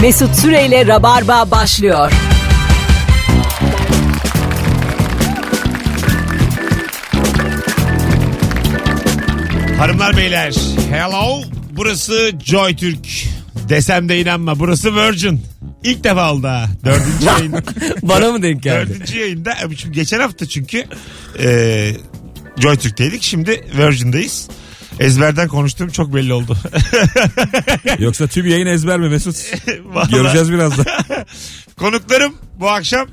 Mesut Süreyle Rabarba başlıyor. Hanımlar beyler hello burası Joy Türk desem de inanma burası Virgin. İlk defa oldu ha. Dördüncü yayın. Bana mı denk geldi? Dördüncü yayında. E, Şimdi geçen hafta çünkü e, Joy Türk'teydik. Şimdi Virgin'dayız. Ezberden konuştuğum çok belli oldu. Yoksa tüm yayın ezber mi Mesut? Vallahi. Göreceğiz birazdan. Konuklarım bu akşam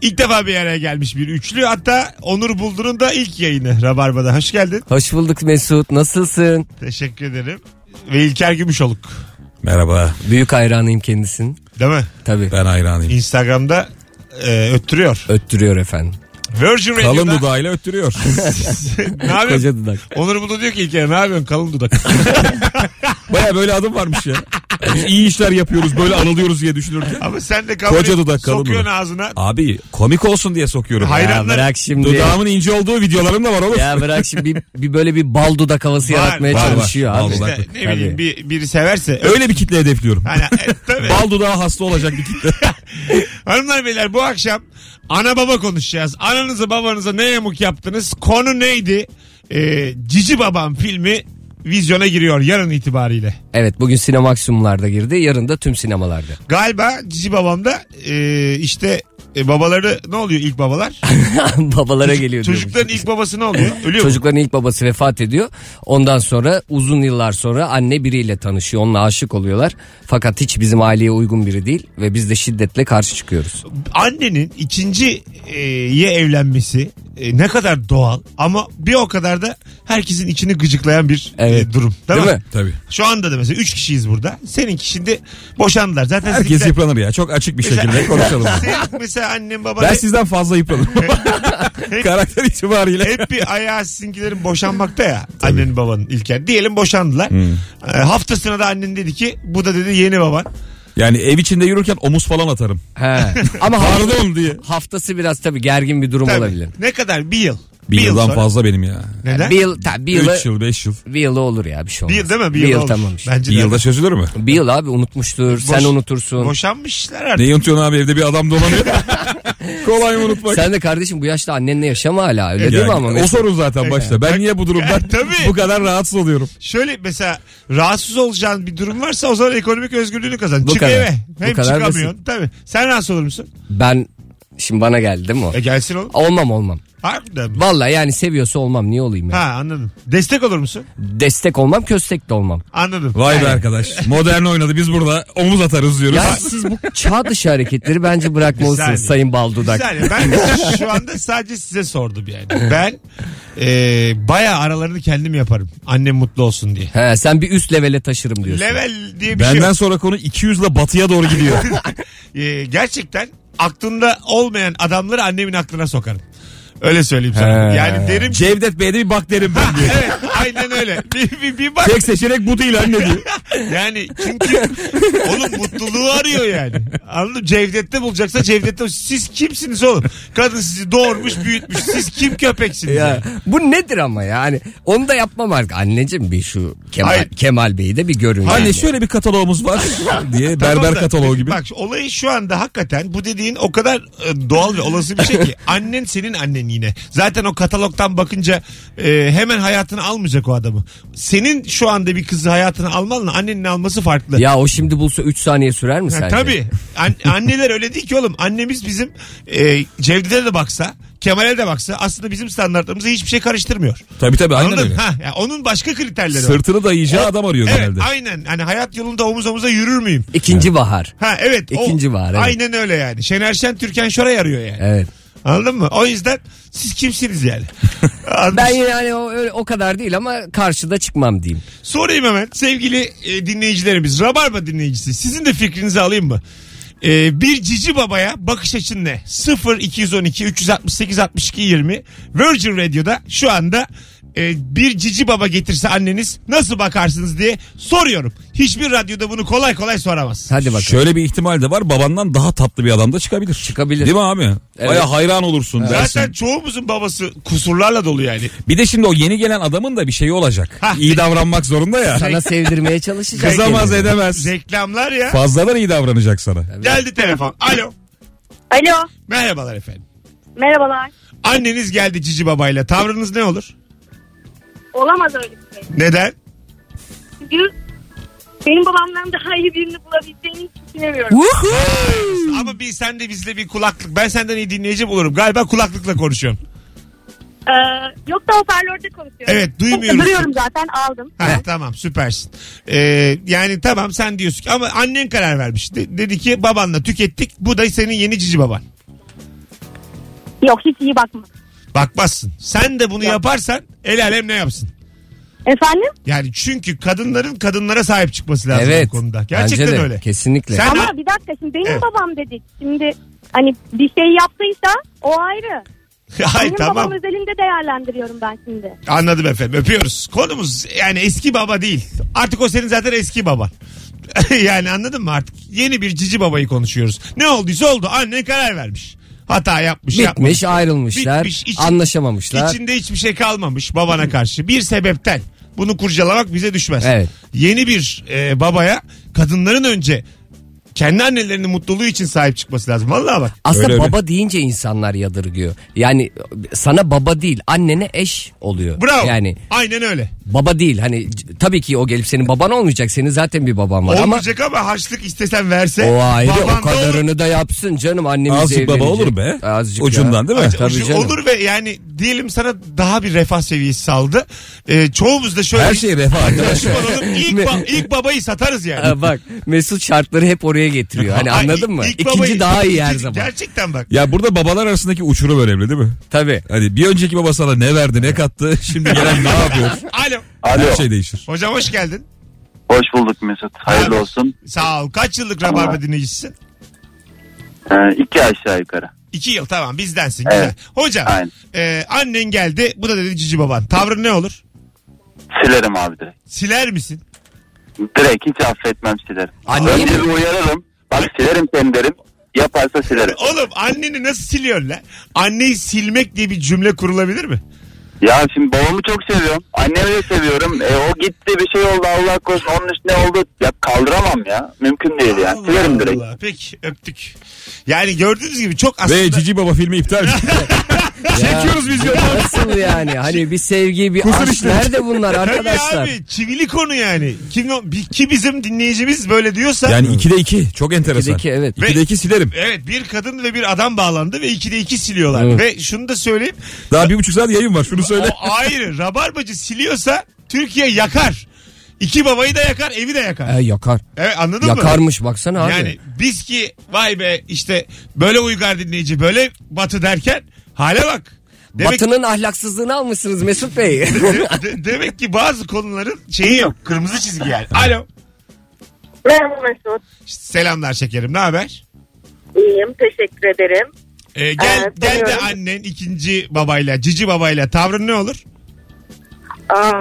ilk defa bir araya gelmiş bir üçlü. Hatta Onur Buldur'un da ilk yayını Rabarba'da. Hoş geldin. Hoş bulduk Mesut. Nasılsın? Teşekkür ederim. Ve İlker Gümüşoluk. Merhaba Büyük hayranıyım kendisinin. Değil mi? Tabii. ben hayranıyım. Instagram'da e, öttürüyor. Öttürüyor efendim. Virgin Kalın Radio'da. dudağıyla öttürüyor. ne yapıyorsun? Koca dudak. Onur Bulut diyor ki İlker ne yapıyorsun kalın dudak. Baya böyle adım varmış ya. Biz iyi işler yapıyoruz böyle anılıyoruz diye düşünürken. Ama sen de kamerayı Koca dudak, kalın sokuyorsun dudak. ağzına. Abi komik olsun diye sokuyorum. Hayran- Ya bırak şimdi. Dudağımın ince olduğu videolarım da var oğlum. Ya bırak şimdi bir, bir böyle bir bal dudak havası Var, yaratmaya var, var. çalışıyor Bal abi. dudak. İşte ne bileyim Tabii. bir, biri severse. Öyle bir kitle hedefliyorum. Hani, e, tabii. Bal dudağı hasta olacak bir kitle. Hanımlar beyler bu akşam ana baba konuşacağız. Ananıza babanıza ne yamuk yaptınız? Konu neydi? Ee, Cici Babam filmi vizyona giriyor yarın itibariyle. Evet bugün sinemaksimumlarda girdi. Yarın da tüm sinemalarda. Galiba Cici Babam da e, işte e, babaları ne oluyor ilk babalar? Babalara geliyor diyormuş. Çocukların ilk babası ne oluyor? Ölüyor mu? Çocukların ilk babası vefat ediyor. Ondan sonra uzun yıllar sonra anne biriyle tanışıyor. Onunla aşık oluyorlar. Fakat hiç bizim aileye uygun biri değil. Ve biz de şiddetle karşı çıkıyoruz. annenin ikinci e, ye evlenmesi e, ne kadar doğal ama bir o kadar da herkesin içini gıcıklayan bir e, Evet. durum. Değil, Değil mi? mi? Tabii. Şu anda da mesela 3 kişiyiz burada. Seninki şimdi boşandılar. Zaten Herkes sizinkiler- yıpranır ya. Çok açık bir şekilde konuşalım. Senin mesela annem baban Ben hep, sizden fazla yıpranırım. Karakter itibariyle. hep bir ayağı sizinkilerin boşanmakta ya. Annenin babanın İlker. Diyelim boşandılar. E, haftasına da annen dedi ki bu da dedi yeni baban. Yani ev içinde yürürken omuz falan atarım. He. Ama Pardon diye. haftası biraz tabii gergin bir durum Tabii. olabilir. Ne kadar? Bir yıl. Bir, yıldan sonra. fazla benim ya. Neden? Bir yıl, tabii bir yıla, 3 yıl 5 yıl. bir yıla olur ya bir şey Bir olmaz. yıl değil mi? Bir, yıl, olur. tamam işte. Bence Bir de. yılda çözülür mü? Bir yıl abi unutmuştur, sen unutursun. Boşanmışlar artık. Neyi unutuyorsun abi evde bir adam dolanıyor. Kolay mı unutmak? Sen de kardeşim bu yaşta annenle yaşama hala E, öyle değil Yani mi ama? o Mesut? sorun zaten başta. Ben niye bu durumdan Ya, E, tabii. bu kadar rahatsız oluyorum? Şöyle mesela rahatsız olacağın bir durum varsa o zaman ekonomik özgürlüğünü kazan. Bu Çık kadar. eve. Bu Hem kadar çıkamıyorsun. Tabii. Sen rahatsız olur musun? Ben şimdi bana geldi değil mi o? E gelsin oğlum. Olmam olmam. Harbiden mi? Vallahi yani seviyorsa olmam niye olayım ya? Ha anladım. Destek olur musun? Destek olmam köstek de olmam. Anladım. Vay be arkadaş. Modern oynadı. Biz burada omuz atarız diyoruz. Ya siz bu çağ dışı hareketleri bence Bir bırakmalısınız saniye. Sayın Bir Baldudak. saniye ben şu anda sadece size sordum yani. Ben e, baya aralarını kendim yaparım. Annem mutlu olsun diye. He, sen bir üst levele taşırım diyorsun. Level diye bir şey Benden yok. sonra konu 200 ile batıya doğru gidiyor. E, gerçekten aklımda olmayan adamları annemin aklına sokarım. Öyle söyleyeyim sana. He. Yani derim ki Cevdet Bey'de bir bak derim ben diyor. evet aynen öyle. Bir, bir, bir bak Tek seçenek bu değil anne diyor. Yani çünkü oğlum mutluluğu arıyor yani. Anladın mı? Cevdet'te bulacaksa Cevdet'te siz kimsiniz oğlum? Kadın sizi doğurmuş büyütmüş. Siz kim köpeksiniz? Ya yani? bu nedir ama yani onu da yapmam artık. Anneciğim bir şu Kemal, Hayır. Kemal Bey'i de bir görün. Anne yani. şöyle bir kataloğumuz var diye Tamam berber da, kataloğu gibi. Bak olayı şu anda hakikaten bu dediğin o kadar e, doğal ve olası bir şey ki. Annen senin annen yine. Zaten o katalogdan bakınca e, hemen hayatını almayacak o adamı. Senin şu anda bir kızı hayatını almanla annenin alması farklı. Ya o şimdi bulsa 3 saniye sürer mi Ha, sence? tabii. An- anneler öyle değil ki oğlum. Annemiz bizim e, Cevdet'e de baksa, Kemal'e de baksa aslında bizim standartlarımıza hiçbir şey karıştırmıyor. Tabii tabii aynen Anladın? öyle. Ha, ya onun başka kriterleri var. Sırtını dayayacağı adam arıyor Evet genelde. aynen. Hani hayat yolunda omuz omuza yürür müyüm? İkinci bahar. Ha evet. o- İkinci var, evet. Aynen öyle yani. Şener Şen Türkan Şor'a yarıyor yani. Evet. Anladın mı? O yüzden siz kimsiniz yani? Ben yani o, öyle- o kadar değil ama karşıda çıkmam diyeyim. Sorayım hemen sevgili e, dinleyicilerimiz. Rabarba dinleyicisi sizin de fikrinizi alayım mı? E, bir cici babaya bakış açın ne? 0 212 368 62 20 Virgin Radio'da şu anda e, bir cici baba getirse anneniz nasıl bakarsınız diye soruyorum. Hiçbir radyoda bunu kolay kolay soramaz. Hadi bakalım. Şöyle bir ihtimal de var babandan daha tatlı bir adam da çıkabilir. Çıkabilir. Değil mi abi? Baya hayran olursun dersin. Zaten çoğumuzun babası kusurlarla dolu yani. Bir de şimdi o yeni gelen adamın da bir şeyi olacak. iyi davranmak zorunda ya. Sana sevdirmeye çalışacak. Kızamaz kendini. edemez. Reklamlar ya. Fazladan iyi davranacak sana. Geldi telefon. Alo. Alo. Merhabalar efendim. Merhabalar. Anneniz geldi cici babayla. Tavrınız ne olur? Olamaz öyle bir şey. Neden? Çünkü benim babamdan daha iyi birini bulabileceğini hiç düşünemiyorum. Ama bir sen de bizle bir kulaklık. Ben senden iyi dinleyici bulurum. Galiba kulaklıkla konuşuyorsun. Ee, yok da hoparlörde konuşuyorum. Evet, duymuyoruz. Duruyorum zaten aldım. Ha, tamam süpersin. Ee, yani tamam sen diyorsun ki ama annen karar vermiş. De- dedi ki babanla tükettik. Bu da senin yeni cici baban. Yok hiç iyi bakma. Bakmazsın. Sen de bunu yaparsan el alem ne yapsın? Efendim? Yani çünkü kadınların kadınlara sahip çıkması lazım Evet. bu konuda. Bence Gerçekten de, öyle. kesinlikle. Sen Ama bir dakika şimdi benim Evet. babam dedik. Şimdi hani bir şey yaptıysa o ayrı. Ay benim tamam. babam özelinde değerlendiriyorum ben şimdi. Anladım efendim. Öpüyoruz. Konumuz yani eski baba değil. Artık o senin zaten eski baban. yani anladın mı artık? Yeni bir cici babayı konuşuyoruz. Ne olduysa oldu. Anne karar vermiş. Hata yapmış, yapmamış. Bitmiş ayrılmışlar. şey Bitmiş, içi- anlaşamamışlar. İçinde hiçbir şey kalmamış babana karşı. Bir sebepten bunu kurcalamak bize düşmez. Evet. Yeni bir e, babaya kadınların önce kendi annelerinin mutluluğu için sahip çıkması lazım. Vallahi bak. Aslında Öyle öyle. baba deyince insanlar yadırgıyor. Yani sana baba değil annene eş oluyor. Bravo. Yani Aynen öyle. baba değil hani c- tabii ki o gelip senin baban olmayacak. Senin zaten bir baban var ama Olmayacak ama harçlık istesen verse. o ayrı baban o da olur. kadarını da yapsın canım annemiz Azıcık baba evlenecek. olur be. Azıcık Ucundan ya. değil mi? Ay, Tabii Şu canım. Olur ve yani diyelim sana daha bir refah seviyesi saldı. Ee, çoğumuz da şöyle Her şey refah arkadaş. Düşman olup ilk, ba- ilk babayı satarız yani. Ha, Ee, bak Mesut şartları hep oraya getiriyor. Hani Ay, anladın mı? ilk İkinci babayı- daha iyi her ikinci- zaman. Gerçekten bak. Ya burada babalar arasındaki uçurum önemli değil mi? Tabii. Hani bir önceki baba sana ne verdi ne kattı şimdi gelen ne yapıyor? Alo. Her Alo. şey değişir. Hocam hoş geldin. Hoş bulduk Mesut. Hayırlı Abi. olsun. Sağ ol. Kaç yıllık Rabarba dinleyicisin? Ee, iki aşağı yukarı. İki yıl tamam bizdensin. Evet. Güzel. Hocam Aynen. e, annen geldi bu da dedi cici baban. Tavrın ne olur? Silerim abi direkt. Siler misin? Direkt hiç affetmem silerim. Anneyi Önce mi? bir uyarırım. Bak silerim seni derim. Yaparsa silerim. Oğlum anneni nasıl siliyorsun lan? Anneyi silmek diye bir cümle kurulabilir mi? Ya şimdi babamı çok seviyorum. Annemi de seviyorum. E, o gitti bir şey oldu Allah korusun. Onun üstüne oldu. Ya kaldıramam ya. Mümkün değil yani. Allah silerim direkt. Allah. Peki öptük. Yani gördüğünüz gibi çok aslında... Ve Cici Baba filmi iptal. Çekiyoruz biz ya. Nasıl yani? Hani bir sevgi, bir Kusur aşk. işte. Nerede bunlar Tabii arkadaşlar? abi çivili konu yani. Kim, o- bi- ki bizim dinleyicimiz böyle diyorsa... Yani 2'de 2 çok enteresan. İkide iki, evet. 2'de 2 silerim. Evet bir kadın ve bir adam bağlandı ve ikide iki siliyorlar. Evet. Ve şunu da söyleyeyim. Daha bir buçuk saat yayın var şunu söyle. O ayrı. Rabarbacı siliyorsa Türkiye yakar. İki babayı da yakar, evi de yakar. E, yakar. Evet anladın mı? Yakarmış baksana abi. Yani biz ki vay be işte böyle uygar dinleyici, böyle batı derken hale bak. Demek, Batı'nın ahlaksızlığını almışsınız Mesut Bey. de- de- demek ki bazı konuların şeyi yok. Kırmızı çizgi yani. Alo. Merhaba Mesut. Selamlar şekerim. Ne haber? İyiyim teşekkür ederim. Ee, gel Evet, gel de seviyorum. annen ikinci babayla, cici babayla tavrın ne olur? Aa,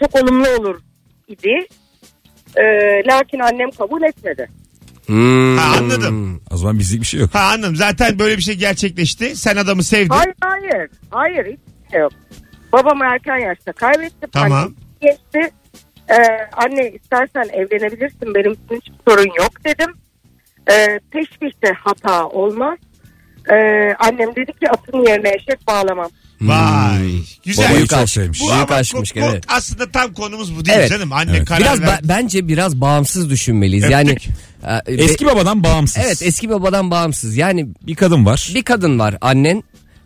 çok olumlu olur idi. Ee, lakin annem kabul etmedi. Hmm. Ha, anladım. O zaman bizlik bir şey yok. Ha anladım. Zaten böyle bir şey gerçekleşti. Sen adamı sevdin. Hayır hayır. Hayır hiç şey yok. Babamı erken yaşta kaybetti. Tamam. Annem geçti. Ee, anne istersen evlenebilirsin benim için hiçbir sorun yok dedim. Ee, teşbihte hata olmaz. Ee, annem dedi ki atın yerine eşek bağlamam. Vay. Güzel. Babayı Büyük çok aşk. sevmiş. Büyük ama aşkmış ko- ko- gene. Aslında tam konumuz bu değil Evet. canım. Anne Evet. karar Biraz ba- verdi. bence biraz bağımsız düşünmeliyiz. Öptük. Yani e, be- Eski babadan bağımsız. Evet eski babadan bağımsız. Yani Bir kadın var. bir kadın var annen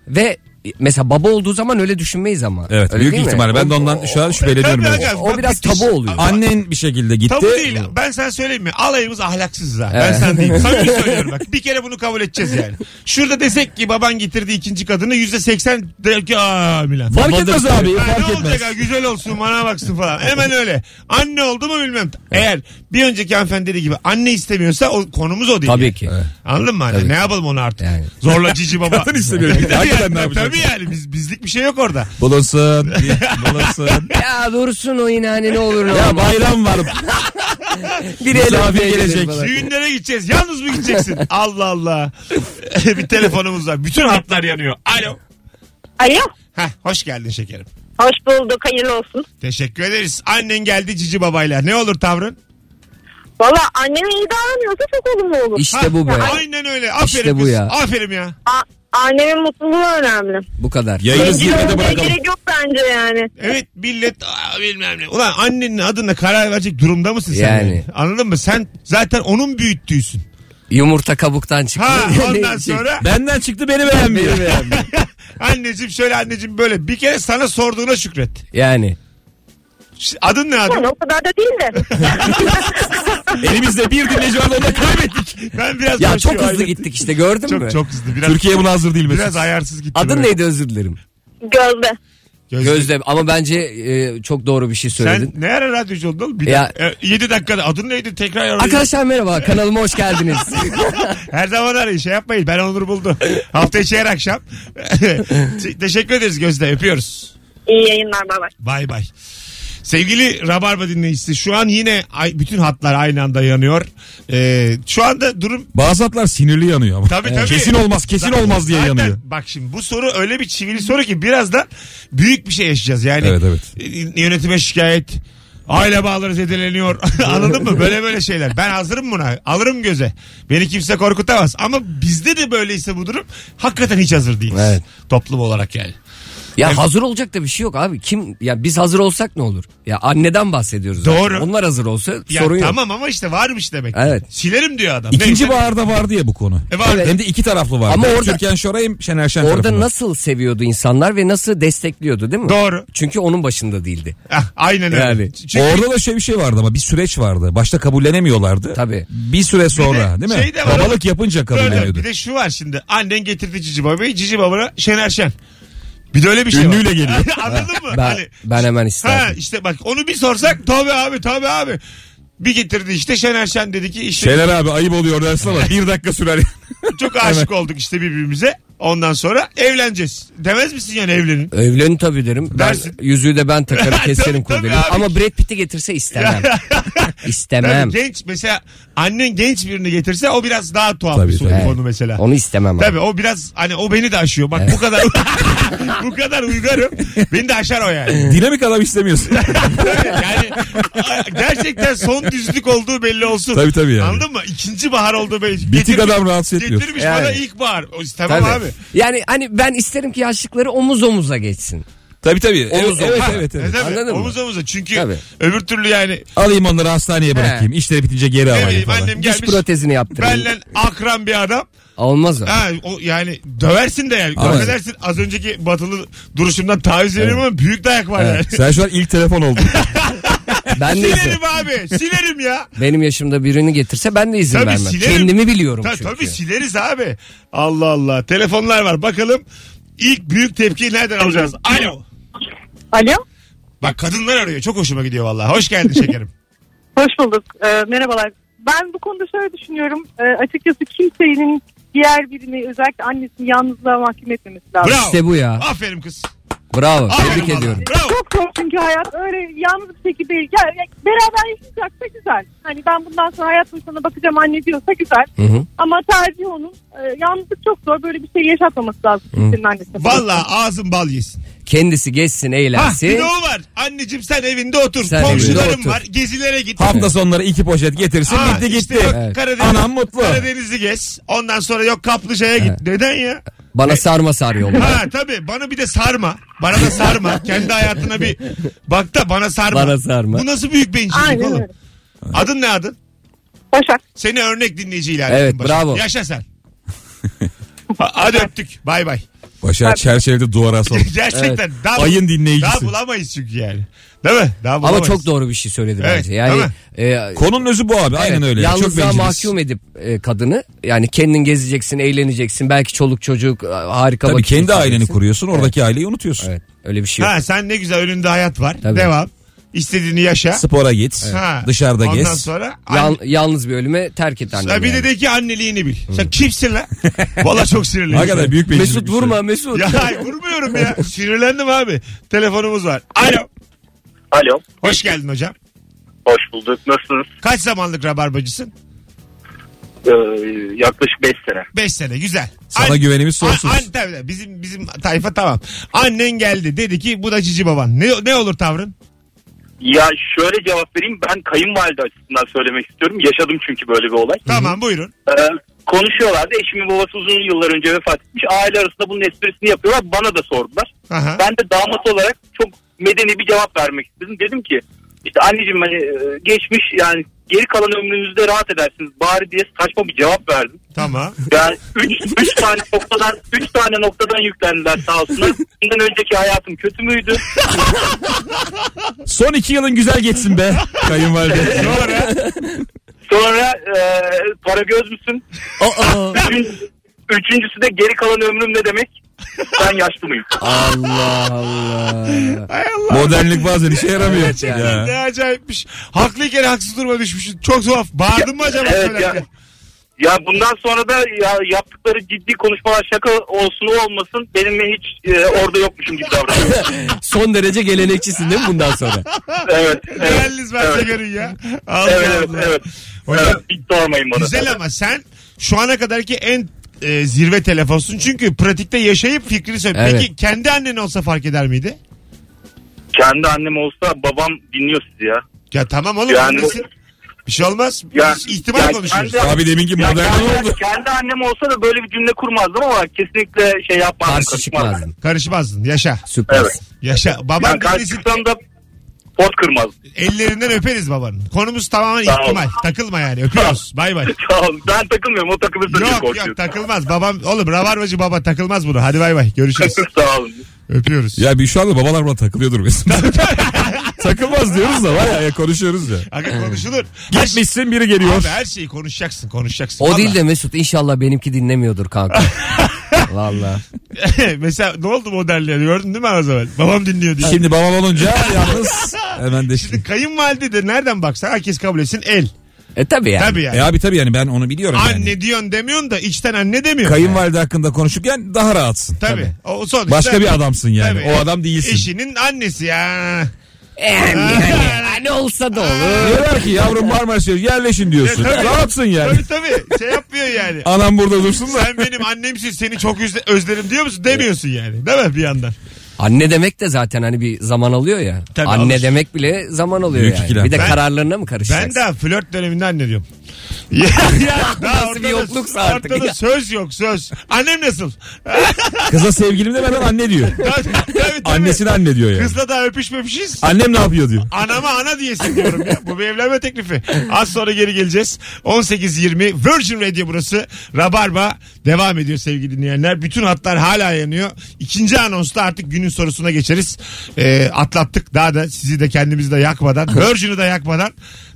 ve mesela baba olduğu zaman öyle düşünmeyiz ama. Evet Öyle büyük değil mi? ihtimalle ben de O- ondan şu an şüpheleniyorum. Tabii yani. hocam. O, o biraz şey- tabu oluyor. Annen bir şekilde gitti. Tabii değil. Ben sana söyleyeyim mi? Alayımız ahlaksız ha. Ben Evet. sana diyeyim. Samimi söylüyorum bak. Bir kere bunu kabul edeceğiz yani. Şurada desek ki baban getirdi ikinci kadını yüzde seksen der ki aa Milan. Fark etmez abi Ha, fark ne olacak etmez. ha, güzel olsun bana baksın falan. Hemen öyle. Anne oldu mu bilmem. Eğer bir önceki hanımefendi dediği gibi anne istemiyorsa o konumuz o değil. Tabii yani. ki. Anladın mı? Hani? Ne yapalım onu artık? Yani. Zorla cici baba. Kadın istemiyor. Tabii Hakikaten yani, ne yapacak? Tabii yani biz, bizlik bir şey yok orada. Bulunsun. Bulunsun. Ya dursun o inane ne olur ne ya olmaz. bayram var. Bir misafir öpmeye gelir gelecek. falan. Düğünlere gideceğiz. Yalnız mı gideceksin? Allah Allah. bir telefonumuz var. Bütün hatlar yanıyor. Alo. Alo. Heh, hoş geldin şekerim. Hoş bulduk. Hayırlı olsun. Teşekkür ederiz. Annen geldi cici babayla. Ne olur tavrın? Valla annemi iyi davranıyorsa çok olumlu olur. İşte bu be. Ha, Aynen öyle. Aferin İşte bu kız. ya. Aferin ya. A- annemin mutluluğu önemli. Bu kadar. Yayını zirvede Sevgi bırakalım. gerek yok bence yani. Evet millet aa, bilmem ne. Ulan annenin adına karar verecek durumda mısın sen? Yani. yani? Anladın mı? Sen zaten onun büyüttüğüsün. Yumurta kabuktan çıktı. Ha Ne ondan diyecek? sonra Benden çıktı beni beğenmiyor. anneciğim şöyle anneciğim böyle. Bir kere sana sorduğuna şükret. Yani. Ş- Adın ne adın? Yani o kadar da değil de. Elimizde bir dinleyici vardı onu da kaybettik. Ben biraz Ya koşuyor, çok hızlı aynen. gittik işte gördün şey mü? Çok çok hızlı. Biraz, Türkiye buna hazır değil biraz Mesut. ayarsız gitti. Adın böyle. neydi özür dilerim. Gözde. Gözde. Gözde ama bence e, çok doğru bir şey söyledin. Sen ne ara radyocu oldun oğlum? Bir Ya- dakika, 7 dakikada adın neydi tekrar arayın. Arkadaşlar merhaba kanalıma hoş geldiniz. Her zaman arayın şey yapmayın ben Onur buldu. Hafta içi her akşam. Te- Teşekkür ederiz Gözde öpüyoruz. İyi yayınlar bay bay. Bay bay. Sevgili Rabarba dinleyicisi şu an yine ay- bütün hatlar aynı anda yanıyor. Ee, şu anda durum Bazı atlar sinirli yanıyor ama. Tabii, tabii. Ee, Kesin olmaz kesin Zaten- olmaz diye zaten yanıyor. Bak şimdi bu soru öyle bir çivili soru ki birazdan büyük bir şey yaşayacağız. Yani Evet, evet. e, yönetime şikayet, aile bağları zedeleniyor. Anladın mı? Böyle böyle şeyler. Ben hazırım buna. Alırım göze. Beni kimse korkutamaz. Ama bizde de böyleyse bu durum hakikaten hiç hazır değiliz. Evet. Toplum olarak yani. ya hazır olacak da bir şey yok abi. Kim ya biz hazır olsak ne olur? Ya anneden bahsediyoruz. zaten. Doğru. Onlar hazır olsa Ya sorun yok. tamam ama işte varmış demek. ki. Evet. Silerim diyor adam. İkinci Neyse. baharda vardı ya bu konu. E var. Hem de iki taraflı vardı. Ama Hem orada- Türkan Şoray hem Şener Şen Orada tarafından. nasıl seviyordu insanlar ve nasıl destekliyordu değil mi? Doğru. Çünkü onun başında değildi. Ah, aynen öyle. Yani. Çünkü- Orada da şey bir şey vardı ama bir süreç vardı. Başta kabullenemiyorlardı. Tabii. Bir süre sonra değil mi? şey de var Babalık yapınca Öyle. kabulleniyordu. Bir de şu var şimdi. Annen getirdi Cici Baba'yı. Cici Baba'na Şener Şen. Bir de öyle bir şey Ünlüyle var. geliyor. Anladın mı? Ben, Hani- ben hemen ha isterdim. işte bak onu bir sorsak tabii abi tabii abi. Bir getirdi işte Şener Şen dedi ki işte Şeyler abi ayıp oluyor dersin ama bir dakika sürer. çok aşık olduk işte birbirimize. Ondan sonra evleneceğiz. Demez misin yani evlenin? Evlenin tabii derim. Ben, Dersin. yüzüğü de ben takarım keserim Tabii, tabii kurdelini. abi. Ama Brad Pitt'i getirse istemem. Tabii istemem. genç mesela annen genç birini getirse o biraz daha tuhaf Tabii, bir soru tabii. konu mesela. Onu istemem. abi. Tabii o biraz hani o beni de aşıyor. Bak bu kadar bu kadar uygarım. Beni de aşar o yani. Dinamik adam istemiyorsun. yani gerçekten son düzlük olduğu belli olsun. Tabii, tabii yani. Anladın mı? İkinci bahar olduğu belli. Bitik adam rahatsız etmiyor. Getirmiş Yani. bana ilk bahar. O, tamam Tabii. abi. Yani hani ben isterim ki yaşlıkları omuz omuza geçsin. tabii tabii. Omuz evet, omuz. evet, E evet. tabii, Anladın mı? omuz omuza. Çünkü Tabii. öbür türlü yani Alayım onları hastaneye bırakayım. İşleri bitince geri ne alayım bileyim, falan. annem Diş gelmiş. protezini yaptırayım. Benle akran bir adam. Olmaz o. Ha, o yani döversin de yani. Ama- Affedersin az önceki batılı duruşumdan taviz veriyorum ama büyük dayak var yani. Sen şu an ilk telefon oldun. Ben de izin. silerim abi. Silerim ya. Benim yaşımda birini getirse ben de izin Tabii vermem. silerim. Kendimi biliyorum Ta- çünkü. Tabii sileriz abi. Allah Allah. Telefonlar var. Bakalım ilk büyük tepkiyi nereden alacağız? Alo. Alo. Bak kadınlar arıyor. Çok hoşuma gidiyor vallahi. Hoş geldin şekerim. Hoş bulduk. Ee, merhabalar. Ben bu konuda şöyle düşünüyorum. Ee, açıkçası kimsenin diğer birini özellikle annesini yalnızlığa mahkum etmemesi lazım. Bravo. İşte bu ya. Aferin kız. Bravo. Aferin Tebrik vallahi. ediyorum. Bravo. Çok zor çünkü hayat öyle yalnız bir şekilde ya- beraber yaşayacaksa güzel. Hani ben bundan sonra hayatım sana bakacağım anne diyorsa güzel. Hı hı. Ama tercih onun. Ee, yalnızlık çok zor. Böyle bir şey yaşatmaması lazım kimsenin annesine. Vallahi ağzın bal yesin. Kendisi geçsin Ha, bir eğlensin. de o var. Anneciğim sen evinde otur. Sen Komşularım evinde otur. var. Gezilere git. Hafta sonları iki poşet getirsin. Ha, gitti işte gitti. yok Evet. Karadeniz- Anam mutlu. Karadeniz'i gez. Ondan sonra yok Kaplıca'ya git. Neden ya? Bana sarma sarıyor. Ha tabii bana bir de sarma. Bana da sarma. Kendi hayatına bir bak da bana sarma. Bana sarma. Bu nasıl büyük bencillik Aynen oğlum? öyle. Adın ne adın? Başak. Seni örnek dinleyici ilan Evet, ettim Başak. bravo. Yaşa sen. Ha- Hadi öptük. Bay bay. Başar çerçevede duvara asıl. Gerçekten. Daha, Ayın dinleyicisi. Daha bulamayız çünkü yani. Değil mi? Daha Ama bulamayız. çok doğru bir şey söyledi Evet, bence. Yani değil mi? e, Konunun özü bu abi. Aynen Evet, öyle. Çok Yalnızlığa benciliz. mahkum edip e, kadını yani kendin gezeceksin, eğleneceksin. Belki çoluk çocuk e, harika Tabii vakit kendi geçireceksin. aileni kuruyorsun. Oradaki aileyi unutuyorsun. Evet, öyle bir şey yok. Ha sen ne güzel önünde hayat var. Tabii. Devam. İstediğini yaşa. Spora git. Ha, Dışarıda Ondan gez. sonra Yal- yalnız bir ölüme terk et anneni. Ha, bir yani. de de ki anneliğini bil. Sen kimsin lan? Valla çok sinirliyim. Hakikaten büyük bencillik. Mesut bir şey. vurma Mesut. Ya hayır, vurmuyorum Dayanamıyorum ya. Sinirlendim abi. Telefonumuz var. Alo. Alo. Hoş geldin hocam. Hoş bulduk. Nasılsınız? Kaç zamanlık rabarbacısın? Ee, yaklaşık 5 sene. 5 sene güzel. Sana güvenimiz sonsuz. An, an- tabii, tabii. bizim bizim tayfa tamam. Annen geldi dedi ki bu da cici baban. Ne, ne olur tavrın? Ya şöyle cevap vereyim. Ben kayınvalide açısından söylemek istiyorum. Yaşadım çünkü böyle bir olay. Tamam buyurun. Ee, konuşuyorlardı. Eşimin babası uzun yıllar önce vefat etmiş. Aile arasında bunun esprisini yapıyorlar. Bana da sordular. Aha. Ben de damat olarak çok medeni bir cevap vermek istedim. Dedim ki işte anneciğim hani e, geçmiş yani geri kalan ömrünüzde rahat edersiniz bari diye saçma bir cevap verdim. Tamam. Yani 3 tane noktadan 3 tane noktadan yüklendiler sağ olsunlar. Bundan önceki hayatım kötü müydü? Son iki yılın güzel geçsin be kayınvalide. Sonra Sonra e, para göz müsün? Aa, Üçün- Üçüncüsü de geri kalan ömrüm ne demek? Ben yaşlı mıyım? Allah Allah. hay Allah. Modernlik bazen işe yaramıyor. yani. Ya. Ne acayipmiş. Haklıyken haksız duruma düşmüşsün. Çok tuhaf. Bağırdın mı acaba? Evet, söylerken? ya. Ya bundan sonra da ya yaptıkları ciddi konuşmalar şaka olsun o olmasın benim hiç e, orada yokmuşum gibi davranıyorum. Son derece gelenekçisin değil mi bundan sonra? evet. evet. Realiniz varsa Evet. görün ya. Allah Evet evet Allah. evet. Hocam, Evet, Hiç sormayın bana. Güzel ama sen şu ana kadarki en e, zirve telefonsun. Çünkü pratikte yaşayıp fikrini söyle. Evet. Peki kendi annen olsa fark eder miydi? Kendi annem olsa babam dinliyor sizi ya. Ya tamam oğlum. Yani- annesin. Bir şey olmaz. Ya- Biz ihtimal Ya konuşuyoruz. kendi- Abi deminki Ya modern kendi, oldu. kendi annem olsa da böyle bir cümle kurmazdım ama kesinlikle şey yapmazdım. Karşı karışmazdım. çıkmazdın. Karışmazdın. Yaşa. Sürpriz. Evet. Yaşa. Baban Yani karşı dinlesin. çıksam da pot kırmazdım. Ellerinden öperiz babanın. Konumuz tamamen Sağ ol. ihtimal. Takılma yani. Öpüyoruz. Bay bay. Sağ ol. Ben takılmıyorum o takılırsa diye Yok yok korkuyorum. takılmaz. Babam oğlum ravarbacı baba takılmaz bunu. Hadi bay bay. Görüşürüz. Sağ olun. Öpüyoruz. Ya bir şu anda babalar buna takılıyordur mesela. Takılmaz diyoruz da var ya, ya konuşuyoruz ya. Aga konuşulur. Her, şey- Gitmişsin biri geliyor. abi her şeyi konuşacaksın konuşacaksın. O Vallahi. değil de Mesut inşallah benimki dinlemiyordur kanka. Valla. Mesela ne oldu modelliğe gördün değil mi az evvel? Babam dinliyor diye. Şimdi babam olunca yalnız hemen de. Şimdi kayınvalide de nereden baksan herkes kabul etsin el. E tabi yani. Tabii yani. E abi tabii yani ben onu biliyorum yani. Anne diyorsun demiyorsun da içten anne demiyorsun. Kayınvalide hakkında konuşurken daha rahatsın. tabii. O sonuçta Başka bir adamsın yani. Tabii. O adam değilsin. Eşinin annesi ya. ne hani, olsa da olur. Diyorlar ki yavrum Marmaris diyor, yerleşin diyorsun. Ya tabii. Rahatsın yani. Tabii tabii. Şey yapmıyor yani. Anam burada dursun da. Sen benim annemsin seni çok özle- özlerim diyor musun? Demiyorsun yani. Değil mi bir yandan? Anne demek de zaten hani bir zaman alıyor ya. Tabii, anne alır. demek bile zaman alıyor Büyük yani. ikilem. Bir de Ben- kararlarına mı Ben karışacaksın? daha flört döneminde anne diyorum. Ya, ya daha Nasıl bir yokluksa artık ortada ya. söz yok söz. Annem nasıl? Kıza sevgilim de benden anne diyor. Tabii, tabii, tabii. Annesine anne diyor yani. Kızla daha öpüşmemişiz. Annem ne yapıyor diyor. Anama ana diyesin diyorum ya. Bu bir evlenme teklifi. Az sonra geri geleceğiz. 18.20 Virgin Radio burası. Rabarba devam ediyor sevgili dinleyenler. Bütün hatlar hala yanıyor. İkinci anonsta artık günün sorusuna geçeriz. Ee, atlattık. Daha da sizi de kendimizi de yakmadan. Virgin'i de yakmadan.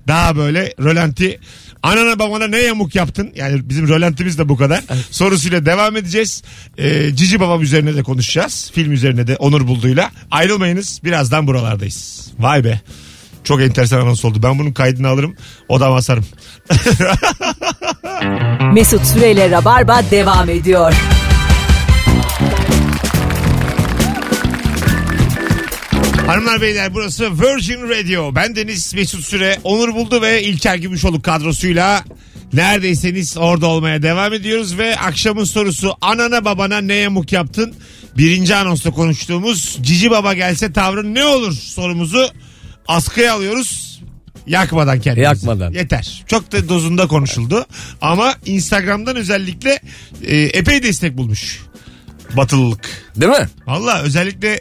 Daha böyle rölanti. Anana babana ne yamuk yaptın? Yani bizim rölantimiz de bu kadar. Sorusuyla devam edeceğiz. Ee, Cici babam üzerine de konuşacağız. Film üzerine de Onur Buldu'yla. Ayrılmayınız. Birazdan buralardayız. Vay be. Çok enteresan anons oldu. Ben bunun kaydını alırım. O da basarım. Mesut Süreyle Rabarba devam ediyor. Hanımlar beyler burası Virgin Radio. Ben Deniz Mesut Süre, Onur Buldu ve İlker Gümüşoluk kadrosuyla neredeyseniz orada olmaya devam ediyoruz ve akşamın sorusu anana babana ne yamuk yaptın? Birinci anonsla konuştuğumuz cici baba gelse tavrın ne olur sorumuzu askıya alıyoruz. Yakmadan kendimizi. Yakmadan. Yeter. Çok da dozunda konuşuldu. Ama Instagram'dan özellikle e, epey destek bulmuş. Batılılık. Değil mi? Valla özellikle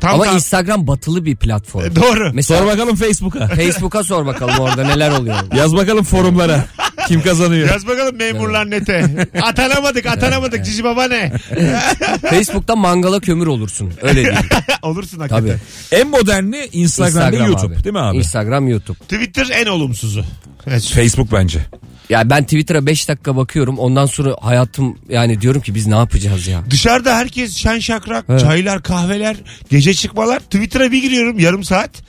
tam Ama tam- Instagram batılı bir platform. E, doğru. Mesela Sor bakalım Facebook'a. Facebook'a sor bakalım orada neler oluyor. Yaz bakalım forumlara. Kim kazanıyor? Yaz bakalım memurlar nete. Atanamadık atanamadık cici baba ne? Facebook'ta mangala kömür olursun. Öyle değil. Olursun hakikaten. Tabii. En moderni Instagram, ve Instagram YouTube değil mi abi? Instagram, YouTube. Twitter en olumsuzu. Evet. Facebook bence. Ya ben Twitter'a 5 dakika bakıyorum. Ondan sonra hayatım yani diyorum ki biz ne yapacağız ya? Dışarıda herkes şen şakrak, çaylar, kahveler, gece çıkmalar. Twitter'a bir giriyorum yarım saat. şey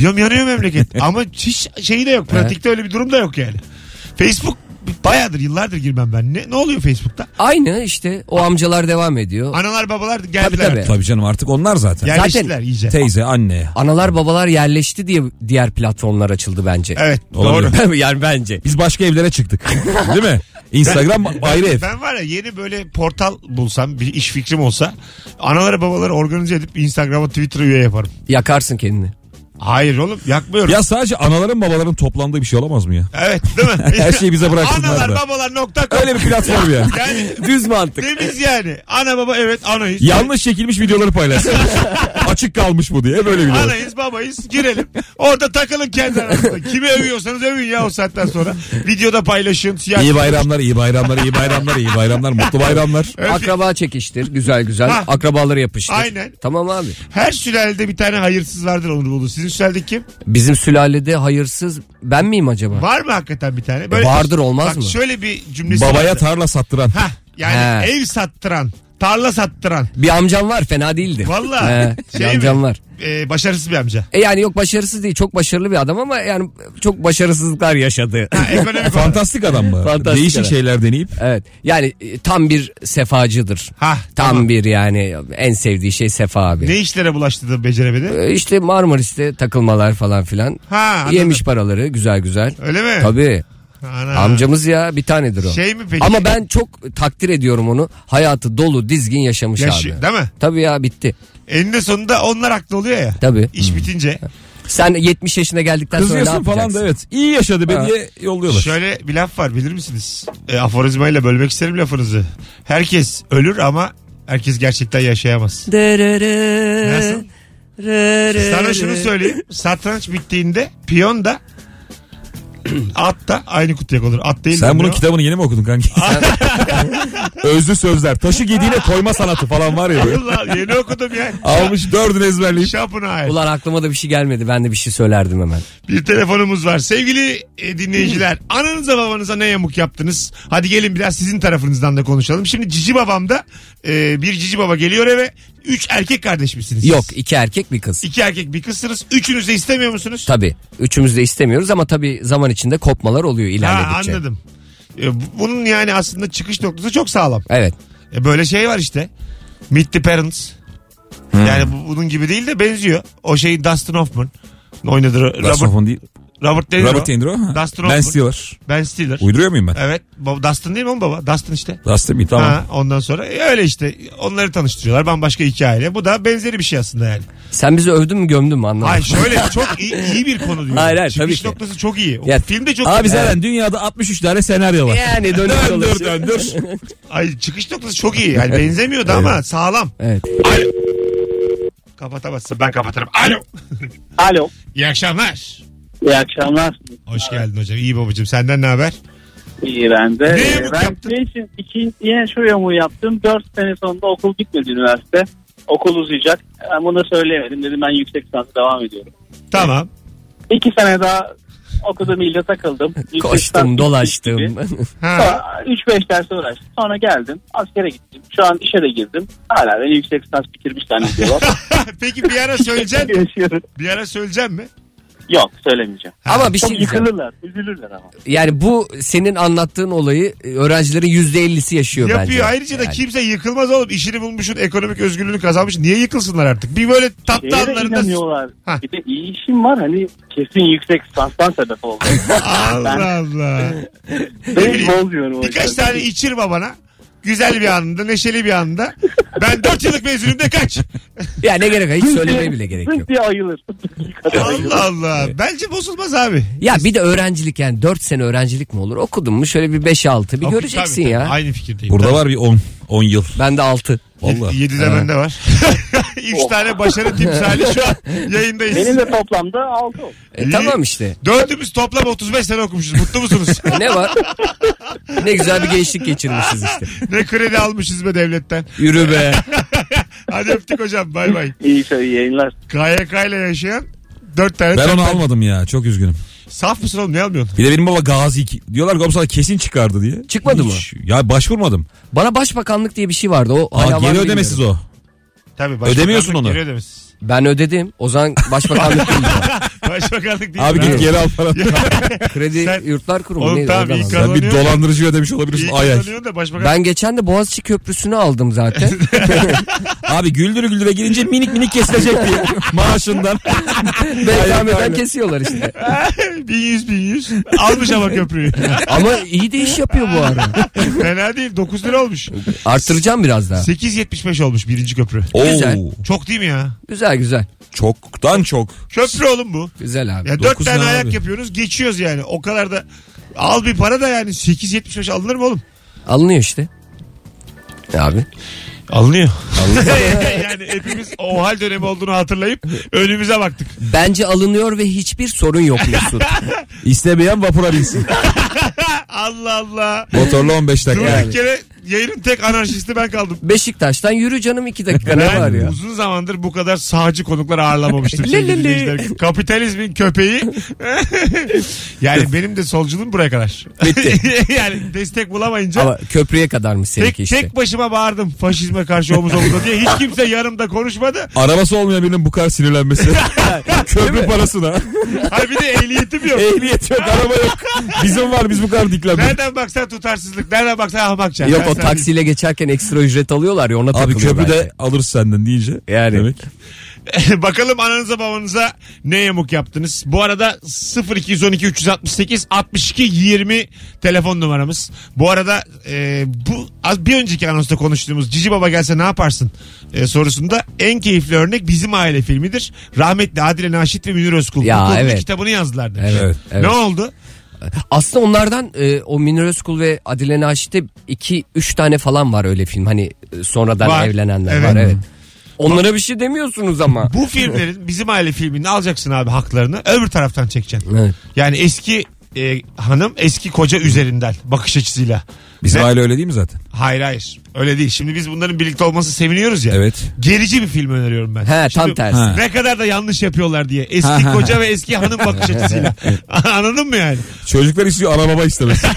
Diyorum yanıyor memleket. Ama hiç şeyi de yok. Pratikte öyle bir durum da yok yani. Facebook Bayağıdır yıllardır girmem ben. Ne, ne oluyor Facebook'ta? Aynı işte o amcalar devam ediyor. Analar babalar geldiler. Tabii, tabii. artık. Tabii canım artık onlar zaten. Yerleştiler Zaten- iyice. Teyze, anne. Analar babalar yerleşti diye diğer platformlar açıldı bence. Evet Olabilir. doğru. yani bence. Biz başka evlere çıktık. Değil mi? Instagram ayrı ev. Ben var ya yeni böyle portal bulsam bir iş fikrim olsa anaları babaları organize edip Instagram'a Twitter'a üye yaparım. Yakarsın kendini. Hayır oğlum yakmıyorum. Ya sadece anaların babaların toplandığı bir şey olamaz mı ya? Evet değil mi? Her şeyi bize bıraksınlar Analar da. babalar nokta com. Öyle bir platform ya. Yani Düz mantık. temiz yani. Ana baba evet anayız. Yanlış çekilmiş videoları paylaşsın. Açık kalmış bu diye böyle videolar. Anayız babayız girelim. Orada takılın kendi aranızda. Kimi övüyorsanız övün ya o saatten sonra. Videoda paylaşın. Siyah... İyi bayramlar, iyi bayramlar, iyi bayramlar, iyi bayramlar, mutlu bayramlar. Akraba çekiştir güzel güzel. Ha. Akrabaları yapıştır. Aynen. Tamam abi. Her sülalede bir tane hayırsız vardır onu bulur. Sizin sülalede kim? Bizim sülalede hayırsız ben miyim acaba? Var mı hakikaten bir tane? vardır, olmaz Bak mı? şöyle bir şey cümlesi Babaya vardı. tarla sattıran. Hah, yani He. ev sattıran, tarla sattıran. Bir amcam var fena değildi. Vallahi. He, bir Şey mi? amcam var. Ee, başarısız bir amca. E yani yok başarısız değil çok başarılı bir adam ama yani çok başarısızlıklar yaşadı. Ha, ekonomik olarak. E, Fantastik adam mı? Fantastik Değişik adam. şeyler deneyip. evet yani e, tam bir sefacıdır. Ha, tam tamam. bir yani en sevdiği şey sefa abi. Ne işlere bulaştı da beceremedi? E, İşte Marmaris'te takılmalar falan filan. Ha, anladım. Yemiş paraları güzel güzel. Öyle mi? Tabii. Ana. Amcamız ya bir tanedir o. Şey mi peki? Ama ben çok takdir ediyorum onu. Hayatı dolu dizgin yaşamış Yaşı- abi. değil mi? Tabii ya bitti. Eninde sonunda onlar haklı oluyor ya. Tabii. İş bitince. Sen 70 yaşına geldikten sonra Kızıyorsun ne yapacaksın? falan da evet. İyi yaşadı be Ha. diye yolluyorlar. Şöyle bir laf var bilir misiniz? E, aforizmayla bölmek isterim lafınızı. Herkes ölür ama herkes gerçekten yaşayamaz. Nasıl? Sana şunu söyleyeyim. Satranç bittiğinde piyon da at da aynı kutuya konur. At değil. Sen mi bunun o? kitabını yeni mi okudun kanki? Özlü sözler. Taşı gediğine koyma sanatı falan var ya. böyle. Allah, yeni okudum ya. Almış dördünü ezberleyip. Şapına ait. Ulan aklıma da bir şey gelmedi. Ben de bir şey söylerdim hemen. Bir telefonumuz var. Sevgili e, dinleyiciler ananıza babanıza ne yamuk yaptınız? Hadi gelin biraz sizin tarafınızdan da konuşalım. Şimdi cici babamda e, bir cici baba geliyor eve. Üç erkek kardeş misiniz? Yok iki erkek bir kız. İki erkek bir kızsınız. Üçünüz de istemiyor musunuz? Tabii. Üçümüz de istemiyoruz ama tabii zaman içinde kopmalar oluyor Ha, ilerledikçe. anladım. E, bu- bunun yani aslında çıkış noktası çok sağlam. Evet. E, böyle şey var işte. Meet the Parents. Hmm. Yani bu- bunun gibi değil de benziyor. O şey Dustin Hoffman oynadı. Robert, Robert, değil. Robert De Niro. Robert De Niro. ha. Dustin Ben Hoffman. Stiller. Ben Stiller. Uyduruyor muyum ben? Evet. Baba, Dustin değil mi oğlum baba? Dustin işte. Dustin mi? Tamam. Ha, ondan sonra e, öyle işte onları tanıştırıyorlar bambaşka iki aile. Bu da benzeri bir şey aslında yani. Sen bizi övdün mü gömdün mü anlamadım. Ay şöyle çok iyi, iyi bir konu diyor. Hayır, hayır, tabii Çıkış ki. noktası çok iyi. O Ya, film de çok Abi iyi. zaten dünyada 63 tane senaryo var. Yani dönüp Döndür dolaşıyor. döndür. Ay çıkış noktası çok iyi. Yani benzemiyordu ama sağlam. Evet. Alo. Kapatamazsın ben kapatırım. Alo. Alo. İyi akşamlar. İyi akşamlar. Hoş geldin hocam. İyi babacığım. Senden ne haber? İyi ben de. Ne yamuk Ee, ben yaptın? sizin için iki, yine şu yamuğu yaptım. Dört sene sonunda okul bitmedi üniversite. Okul uzayacak. Ben bunu söyleyemedim. Dedim ben yüksek lisansa devam ediyorum. Tamam. İki sene daha okudum ilde takıldım. Yüksek lisans Koştum dolaştım. gibi. Ha. Sonra 3-5 ders uğraştım. Sonra geldim. Askere gittim. Şu an işe de girdim. Hala beni yüksek lisans bitirmiş zannediyorlar. Peki bir ara söyleyecek mi? Yaşıyorum. Bir ara söyleyecek mi? Yok söylemeyeceğim. ama bir şey Çok diyeceğim. yıkılırlar. Üzülürler ama. Yani bu senin anlattığın olayı e, öğrencilerin %50'si yaşıyor Yapıyor. bence. Ayrıca da Yani. kimse yıkılmaz oğlum. İşini bulmuşsun, ekonomik özgürlüğünü kazanmış. Niye yıkılsınlar artık? Bir böyle tatlı Şeye de anlarında... inanıyorlar. Ha. Bir de iyi işim var hani kesin yüksek lisanstan sebep oldu. Allah Allah. ben bozmuyorum o Birkaç yüzden. tane içir babana. Güzel bir anında, neşeli bir anda. Ben 4 yıllık mezunum de kaç. Ya ne gerek var hiç söylemeye bile gerek Zıt yok. diye ayılır. Allah Allah. Bence bozulmaz abi. Ya bir de öğrencilik yani 4 sene öğrencilik mi olur? Okudun mu şöyle bir 5-6 bir Tabii, göreceksin tabii, ya. tabii. Aynı fikirdeyim. Burada var bir 10 10 yıl. Ben de 6. Vallahi. 7 de Evet. bende var. 3 tane başarı timsali şu an yayındayız. Oh. Benim de toplamda 6 oldu. E, tamam işte. Dördümüz toplam 35 sene okumuşuz. Mutlu musunuz? Ne var? ne güzel bir gençlik geçirmişiz işte. ne kredi almışız be devletten. Yürü be. Hadi öptük hocam. Bay bay. İyi şey iyi yayınlar. KYK ile yaşayan dört tane. Ben onu almadım ya çok üzgünüm. Saf mısın oğlum ne almıyorsun? Bir de benim baba Gazi ki- diyorlar ki "Oğlum sana kesin çıkardı diye. Çıkmadı mı? Hiç- Ya başvurmadım. Bana başbakanlık diye bir şey vardı. O Aa, hala var geri mı ödemesiz bilmiyorum. o. Tabii Ödemiyorsun onu. Geri ödemesiz. Ben ödedim. O zaman başbakanlık değil. Başbakanlık değil. Abi git geri al falan. Kredi Sen- Yurtlar Kurumu. Oğlum neydi? tamam, Oradan ilk aldım. al- Sen bir dolandırıcı ödemiş olabilirsin İyi ay ay. kazanıyorsun da başbakan. Ben geçen de Boğaziçi Köprüsü'nü aldım zaten. Abi güldürü güldüre gelince minik minik kesilecek diye maaşından. BKM'den kesiyorlar işte. 1100 1100. Almış ama köprüyü. Ama iyi de iş yapıyor bu ara. Fena değil. 9 lira olmuş. Arttıracağım biraz daha. 8.75 olmuş birinci köprü. Oo, Güzel. Çok değil mi ya? Güzel güzel. Çoktan çok. Köprü oğlum bu. Güzel abi. Ya dört Dokuz tane ne ayak abi? yapıyoruz geçiyoruz yani. O kadar da al bir para da yani 8.75 alınır mı oğlum? Alınıyor işte. E Abi. Alınıyor. yani hepimiz o hal dönemi olduğunu hatırlayıp önümüze baktık. Bence alınıyor ve hiçbir sorun yok Mesut. İstemeyen vapura binsin. Allah Allah. Motorla 15 dakika. Durduk yere yayının tek anarşisti ben kaldım. Beşiktaş'tan yürü canım iki dakika ne Ben var ya. uzun zamandır bu kadar sağcı konuklar ağırlamamıştım. sevgili Lili. dinleyiciler. Kapitalizmin köpeği. yani benim de solculuğum buraya kadar. yani destek bulamayınca Ama köprüye kadarmış tek, seninki işte. tek başıma bağırdım faşizme karşı omuz omuza diye. Hiç kimse yanımda konuşmadı. Arabası olmayan birinin bu kadar sinirlenmesi. Köprü parasına. Hayır bir de ehliyetim yok. Ehliyet yok, araba yok. Bizim var biz bu kadar diklenmedik. Nereden baksan tutarsızlık, nereden baksan ahmakça. Yok Ben o sana- taksiyle geçerken ekstra ücret alıyorlar ya ona Abi takılıyor köprü belki. de alır senden deyince. Yani. Demek. Bakalım ananıza babanıza ne yamuk yaptınız. Bu arada 0212 368 62 20 telefon numaramız. Bu arada e, bu az bir önceki anonsta konuştuğumuz Cici Baba gelse ne yaparsın e, sorusunda en keyifli örnek bizim aile filmidir. Rahmetli Adile Naşit ve Münir Özkul. Ya, Bu konudaki evet. kitabını yazdılar demiş. Evet, evet. Ne oldu? Aslında onlardan e, o Münir Özkul ve Adile Naşit'te 2-3 tane falan var öyle film. Hani e, sonradan Var. evlenenler Evet. var evet. Onlara bir şey demiyorsunuz ama. Bu filmlerin bizim aile filmini alacaksın abi haklarını öbür taraftan çekeceksin. Evet. Yani eski e, hanım eski koca üzerinden bakış açısıyla. Bizim Ne? aile öyle değil mi zaten? Hayır hayır öyle değil. Şimdi biz bunların birlikte olması seviniyoruz ya. Evet. Gerici bir film öneriyorum ben. He, tam Şimdi tersi. Ha. Ne kadar da yanlış yapıyorlar diye. Eski ha. koca ve eski hanım bakış açısıyla. Anladın mı yani? Çocuklar istiyor ana baba istemez.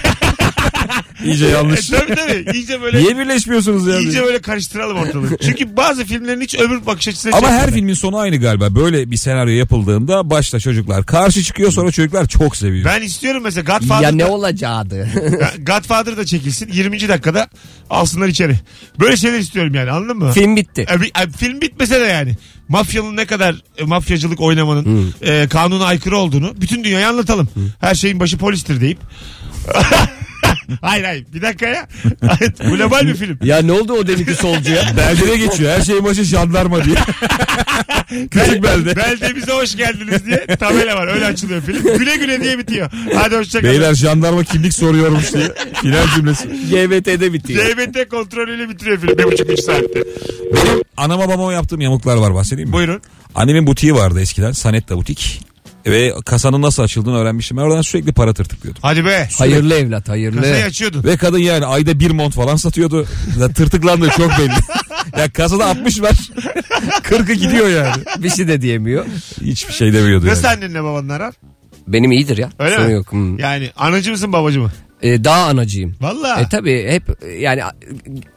İyice yanlış. E, tabii tabii. İyice böyle Niye birleşmiyorsunuz ya? iyice böyle karıştıralım ortalığı. Çünkü bazı filmlerin hiç öbür bakış açısı Ama her filmin sonu aynı galiba. Böyle bir senaryo yapıldığında başta çocuklar karşı çıkıyor sonra çocuklar çok seviyor. ben istiyorum mesela Ya ne Godfather'da, olacaktı? Godfather'da çekilsin 20. dakikada alsınlar içeri. Böyle şeyler istiyorum yani anladın mı? film bitti. E, bir- e, film bitmese de yani mafyanın ne kadar e, mafyacılık oynamanın e, kanuna aykırı olduğunu bütün dünyaya anlatalım. Her şeyin başı polistir deyip. hayır hayır bir dakika ya. Global bir film. Ya ne oldu o deminki solcuya? Beldere geçiyor. Her şeyin başı jandarma diye. Küçük belde. Beldemize hoş geldiniz diye tabela var. Öyle açılıyor film. Güle güle diye bitiyor. Hadi hoşçakalın. Beyler jandarma kimlik soruyormuş diye. Final cümlesi. GBT'de bitiyor. DBT kontrolüyle bitiriyor film. Bir buçuk üç saatte. Benim anama babama yaptığım yamuklar var bahsedeyim mi? Buyurun. Annemin butiği vardı eskiden. Sanetta butik. Ve kasanın nasıl açıldığını öğrenmiştim. Ben oradan sürekli para tırtıklıyordum. Hadi be. Hayırlı evlat hayırlı. Kasayı açıyordun. Ve kadın yani ayda bir mont falan satıyordu. Ya tırtıklandı çok belli. ya kasada 60 var. 40'ı gidiyor yani. Bir şey de diyemiyor. Hiçbir şey demiyordu Nasıl yani. annenle babanla aran? Benim iyidir ya. Öyle Sorun mi? yok. Hmm. Yani anacı mısın babacı mı? Ee, daha anacıyım. Valla. E tabi hep e, yani a-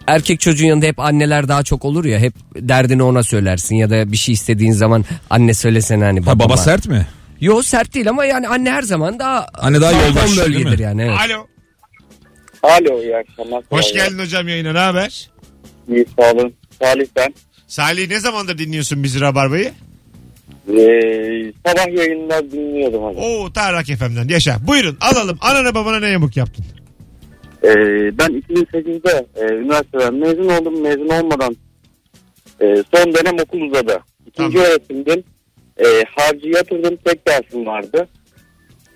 erkek çocuğun yanında hep anneler daha çok olur ya hep derdini ona söylersin ya da bir şey istediğin zaman anne söylesene hani Ha, babama. baba sert mi? Yo sert değil ama yani anne her zaman daha Anne daha tampon yoldaş, değil bölgedir mi? yani evet. Alo. Alo iyi akşamlar. Hoş geldin hocam yayına. Ne haber? İyi sağ olun. Salih ben. Salih ne zamandır dinliyorsun bizi Rabarba'yı? Ee, sabah yayınlar dinliyordum hocam. Oo Tarrak FM'den yaşa. Buyurun alalım. Anana babana ne yamuk yaptın? Ee, ben 2008'de e, üniversiteden mezun oldum. Mezun olmadan e, son dönem okul uzadı. İkinci Tamam. öğretimdim. E, harcı yatırdım. Tek dersim vardı.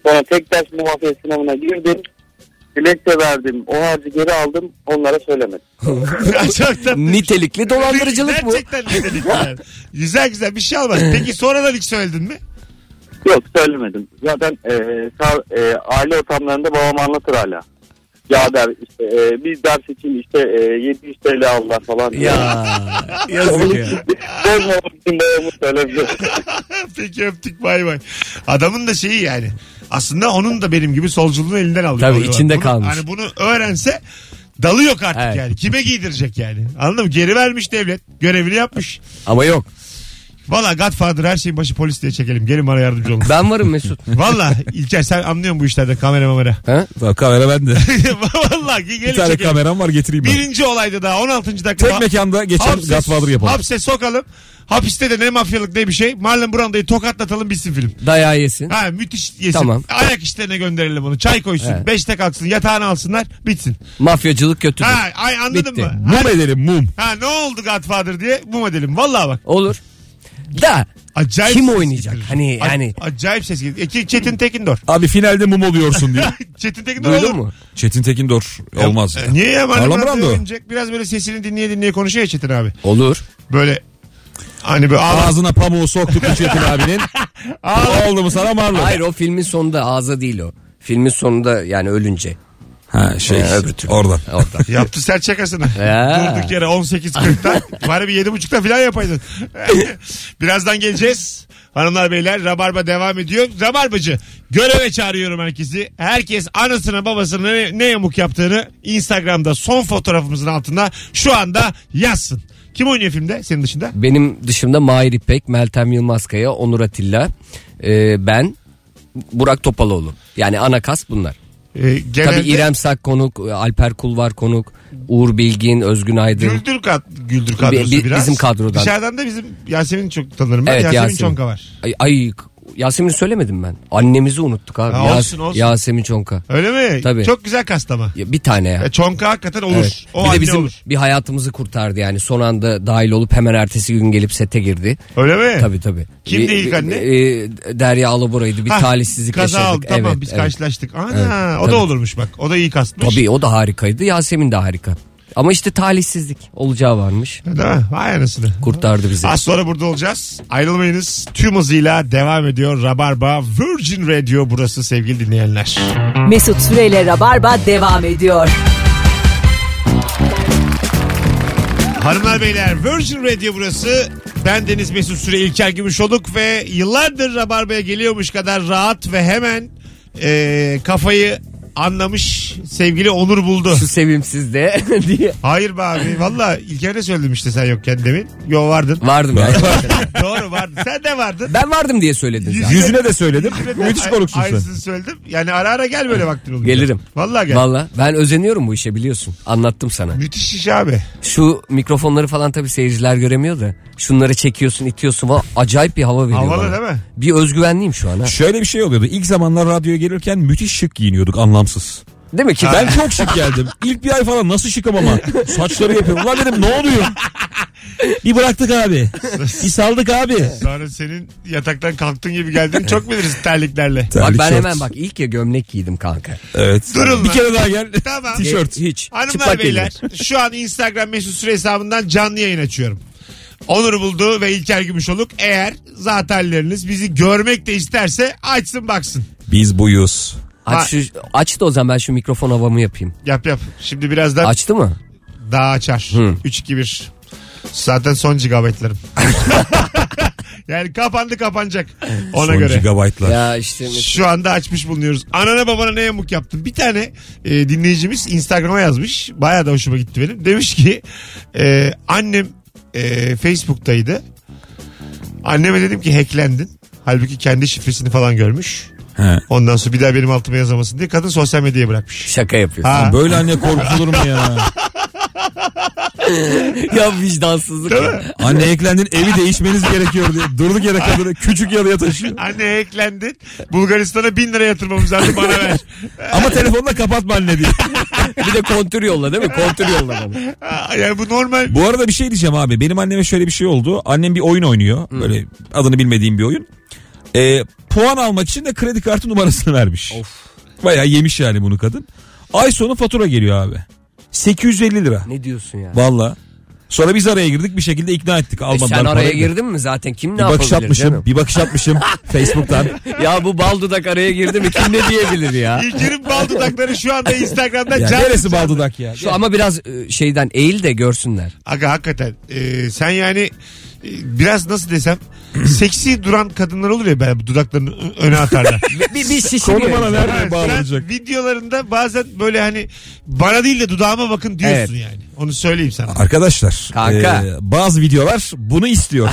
Sonra tek ders muhafiyet sınavına girdim. Dilekçe verdim. O harcı geri aldım. Onlara söylemedim. Çok tatlı. Nitelikli dolandırıcılık bu. Gerçekten nitelikli yani. Güzel güzel bir şey almaz. Peki sonradan hiç söyledin mi? Yok söylemedim. Zaten e, sağ- e, aile ortamlarında babam anlatır hala. Ya der işte e, bir ders için işte e, 700 TL aldılar falan. Ya yazık ya. Bozmamak için babamı söylemiyorum. Peki öptük bay bay. Adamın da şeyi yani. Aslında onun da benim gibi solculuğun elinden alıyor. Tabii, Oluyor. içinde Bunu- kalmış. Hani bunu öğrense dalı yok artık Evet. yani. Kime giydirecek yani? Anladın mı? Geri vermiş devlet. Görevini yapmış. Ama yok. Valla Godfather her şeyin başı polis diye çekelim. Gelin bana yardımcı olun. Ben varım Mesut. Valla İlker sen anlıyorsun bu işlerde kamera mamera. Ha? Tamam, kamera bende. Valla Bir gelin tane çekelim. kameram var getireyim ben. Birinci olayda daha 16. dakika. Tek mekanda geçen Hapse- Godfather yapalım. Hapse sokalım. Hapiste de ne mafyalık ne bir şey. Marlon Brando'yu tokatlatalım bitsin film. Dayağı yesin. Ha müthiş yesin. Tamam. Ayak işlerine gönderelim onu. Çay koysun. Evet. Beşte kalksın. Yatağına alsınlar. Bitsin. Mafyacılık kötüdür. Ha, ay, anladın Bitti. mı? Mum edelim mum. Ha ne oldu Godfather diye bu edelim. Valla bak. Olur. Da Acayip Kim ses oynayacak? getirir. Hani- A- hani- Acayip ses getirir. E, Çetin Tekindor. Abi finalde mum oluyorsun diye. Çetin Tekindor olur duydun mu? Çetin Tekindor olmaz. E, Niye ya? Marlon Marlon Brando Brando. oynayacak. Biraz böyle sesini dinleye dinleye konuşuyor ya Çetin abi. Olur. Böyle hani böyle ağla- Ağzına pamuğu soktuk bu Çetin abinin. Oldu mu sana Marlon? Hayır o filmin sonunda ağza değil o. Filmin sonunda yani ölünce. Ha şey Ha, öbür türlü. oradan. Orada. Yaptı sen şakasını. Ya. Durduk yere 18.40'ta. Bari bir 7.30'da falan yapaydın. Birazdan geleceğiz. Hanımlar beyler Rabarba devam ediyor. Rabarbacı göreve çağırıyorum herkesi. Herkes anasını babasını ne, ne yamuk yaptığını Instagram'da son fotoğrafımızın altında şu anda yazsın. Kim oynuyor filmde senin dışında? Benim dışımda Mahir İpek, Meltem Yılmazkaya, Onur Atilla, e, ben, Burak Topaloğlu. Yani ana kas bunlar. Ee, genelde Tabii İrem Sak konuk, Alper Kul var konuk, Uğur Bilgin, Özgün Aydın. Güldür, kad güldür kadrosu Bi- bi- biraz. bizim kadrodan. Dışarıdan da bizim Yasemin'i çok tanırım ben. Evet, Yasemin, Yasemin. Çonka var. Ay, ay Yasemin'i söylemedim ben. Annemizi unuttuk abi. Ha, Yas- olsun, olsun. Yasemin Çonka. Öyle mi? Tabii. Çok güzel kastama. Ya, bir tane ya. Ya Çonka hakikaten olur. Evet. O bir anne de bizim olur. bir hayatımızı kurtardı yani. Son anda dahil olup hemen ertesi gün gelip sete girdi. Öyle mi? Tabii tabii. Kimdi Bir- ilk bir- anne? e, Derya Alabora'ydı. Bir Hah, talihsizlik kaza yaşadık. oldu. Tamam Evet, biz evet. karşılaştık. Ana Evet, o da tabii. olurmuş bak. O da iyi kastmış. Tabii o da harikaydı. Yasemin de harika. Ama işte talihsizlik olacağı varmış. Değil mi? Vay anasını. Kurtardı bizi. Az sonra burada olacağız. Ayrılmayınız. Tüm hızıyla devam ediyor Rabarba Virgin Radio burası sevgili dinleyenler. Mesut Süreyle Rabarba devam ediyor. Hanımlar beyler Virgin Radio burası. Ben Deniz Mesut Süre İlker Gümüşoluk ve yıllardır Rabarba'ya geliyormuş kadar rahat ve hemen e, kafayı anlamış sevgili Onur buldu. Şu sevimsiz de diye. Hayır be abi valla İlker'e söyledim işte sen yokken demin. Yo vardın. Vardım ya. Doğru vardın. Sen de vardın. ben vardım diye söyledin zaten. Yüzüne de söyledim. Müthiş konuksun sen. Aynısını söyledim. Yani ara ara gel böyle vaktin olunca. Gelirim. Valla gel. Valla ben özeniyorum bu işe biliyorsun. Anlattım sana. Müthiş iş abi. Şu mikrofonları falan tabii seyirciler göremiyor da. Şunları çekiyorsun itiyorsun falan. Acayip bir hava veriyor Havalı bana. değil mi? Bir özgüvenliyim şu an ha. Şöyle bir şey oluyordu. İlk zamanlar radyoya gelirken müthiş şık giyiniyorduk anlamsız. Değil mi ki ben Ben çok şık geldim. İlk bir ay falan nasıl şıkım ama. Saçları yapıyorum. Ulan dedim ne oluyor? Bir bıraktık abi. Bir saldık abi. Sonra senin yataktan kalktığın gibi geldiğini çok biliriz terliklerle. Bak Terlik ben şort. hemen bak ilk ya gömlek giydim kanka. Evet. Durun bir lan. kere daha gel. Tamam. Tişört. Hiç. Hanımlar Çıplak beyler giydim. şu an Instagram mesut süre hesabından canlı yayın açıyorum. Onur buldu ve İlker Gümüşoluk eğer zat halleriniz bizi görmek de isterse açsın baksın. Biz buyuz. Aç, şu, aç da o zaman ben şu mikrofon havamı yapayım. Yap yap. Şimdi birazdan Açtı mı? daha açar. 3-2-1. Zaten son gigabaytlarım. yani kapandı kapanacak. Ona Son göre. gigabaytlar. Ya işte Şu anda açmış bulunuyoruz. Anana babana ne yamuk yaptın? Bir tane e, dinleyicimiz Instagram'a yazmış. Bayağı da hoşuma gitti benim. Demiş ki e, annem e, Facebook'taydı. Anneme dedim ki hacklendin. Halbuki kendi şifresini falan görmüş. He. Ondan sonra bir daha benim altıma yazamasın diye kadın sosyal medyaya bırakmış. şaka yapıyorsun. Ha. Böyle anne korkulur mu ya? ya vicdansızlık ya. Anne eklendin evi değişmeniz gerekiyor diye. Durduk yere kadını küçük yalıya taşıyor. Anne hacklendin. Bulgaristan'a bin lira yatırmamız lazım bana ver. Ama telefonla kapatma anne diye. Bir de kontür yolla değil mi? Kontür yolla bana. Aa, Yani bu normal. Bu arada bir şey diyeceğim abi. Benim anneme şöyle bir şey oldu. Annem bir oyun oynuyor. Böyle adını bilmediğim bir oyun. Ee, puan almak için de kredi kartı numarasını vermiş. Bayağı yemiş yani bunu kadın. Ay sonu fatura geliyor abi. 850 lira. Ne diyorsun ya? Valla. Sonra biz araya girdik bir şekilde ikna ettik. E Almadılar sen araya parayı. girdin mi zaten? Kim ne Bir bakış yapabilir atmışım. canım? Bir bakış atmışım Facebook'tan. Ya bu bal dudak araya girdi mi kim ne diyebilir ya? İlker'in bal dudakları şu anda Instagram'da Ya, canlı neresi baldudak ya? Şu ama biraz e, şeyden eğil de görsünler. Aga hakikaten Ee, sen yani e, biraz nasıl desem seksi duran kadınlar olur ya ben dudaklarını ö- öne atarlar. Bir, bir şişiriyor. Konu bana insan. nerede Ben bağlanacak? videolarında bazen böyle hani bana değil de dudağıma bakın diyorsun yani. Onu söyleyeyim sana. Arkadaşlar Kanka. e, bazı videolar bunu istiyor.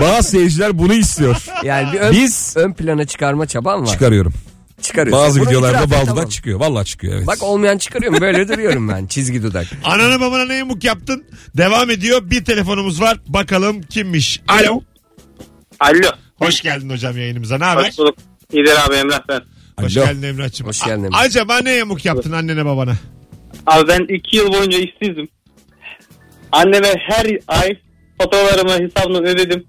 bazı seyirciler bunu istiyor. Yani bir ön, Biz- ön plana çıkarma çaban var. Çıkarıyorum. Çıkarıyorsun. Bazı Bunu videolarda itiraf et, baldıdan tamam. çıkıyor. Vallahi çıkıyor evet. Bak olmayan çıkarıyorum böyle duruyorum ben çizgi dudak. Anana babana ne yumuk yaptın? Devam ediyor. Bir telefonumuz var. Bakalım kimmiş? Alo. Alo. Hoş geldin hocam yayınımıza. Ne haber? Hoş bulduk. İder abi Emrah ben. Hoş Alo. geldin Emrah'cığım. Hoş geldin A- Emrah. Acaba ne yamuk yaptın annene babana? Abi ben iki yıl boyunca işsizdim. Anneme her ay faturalarımı hesabını ödedim.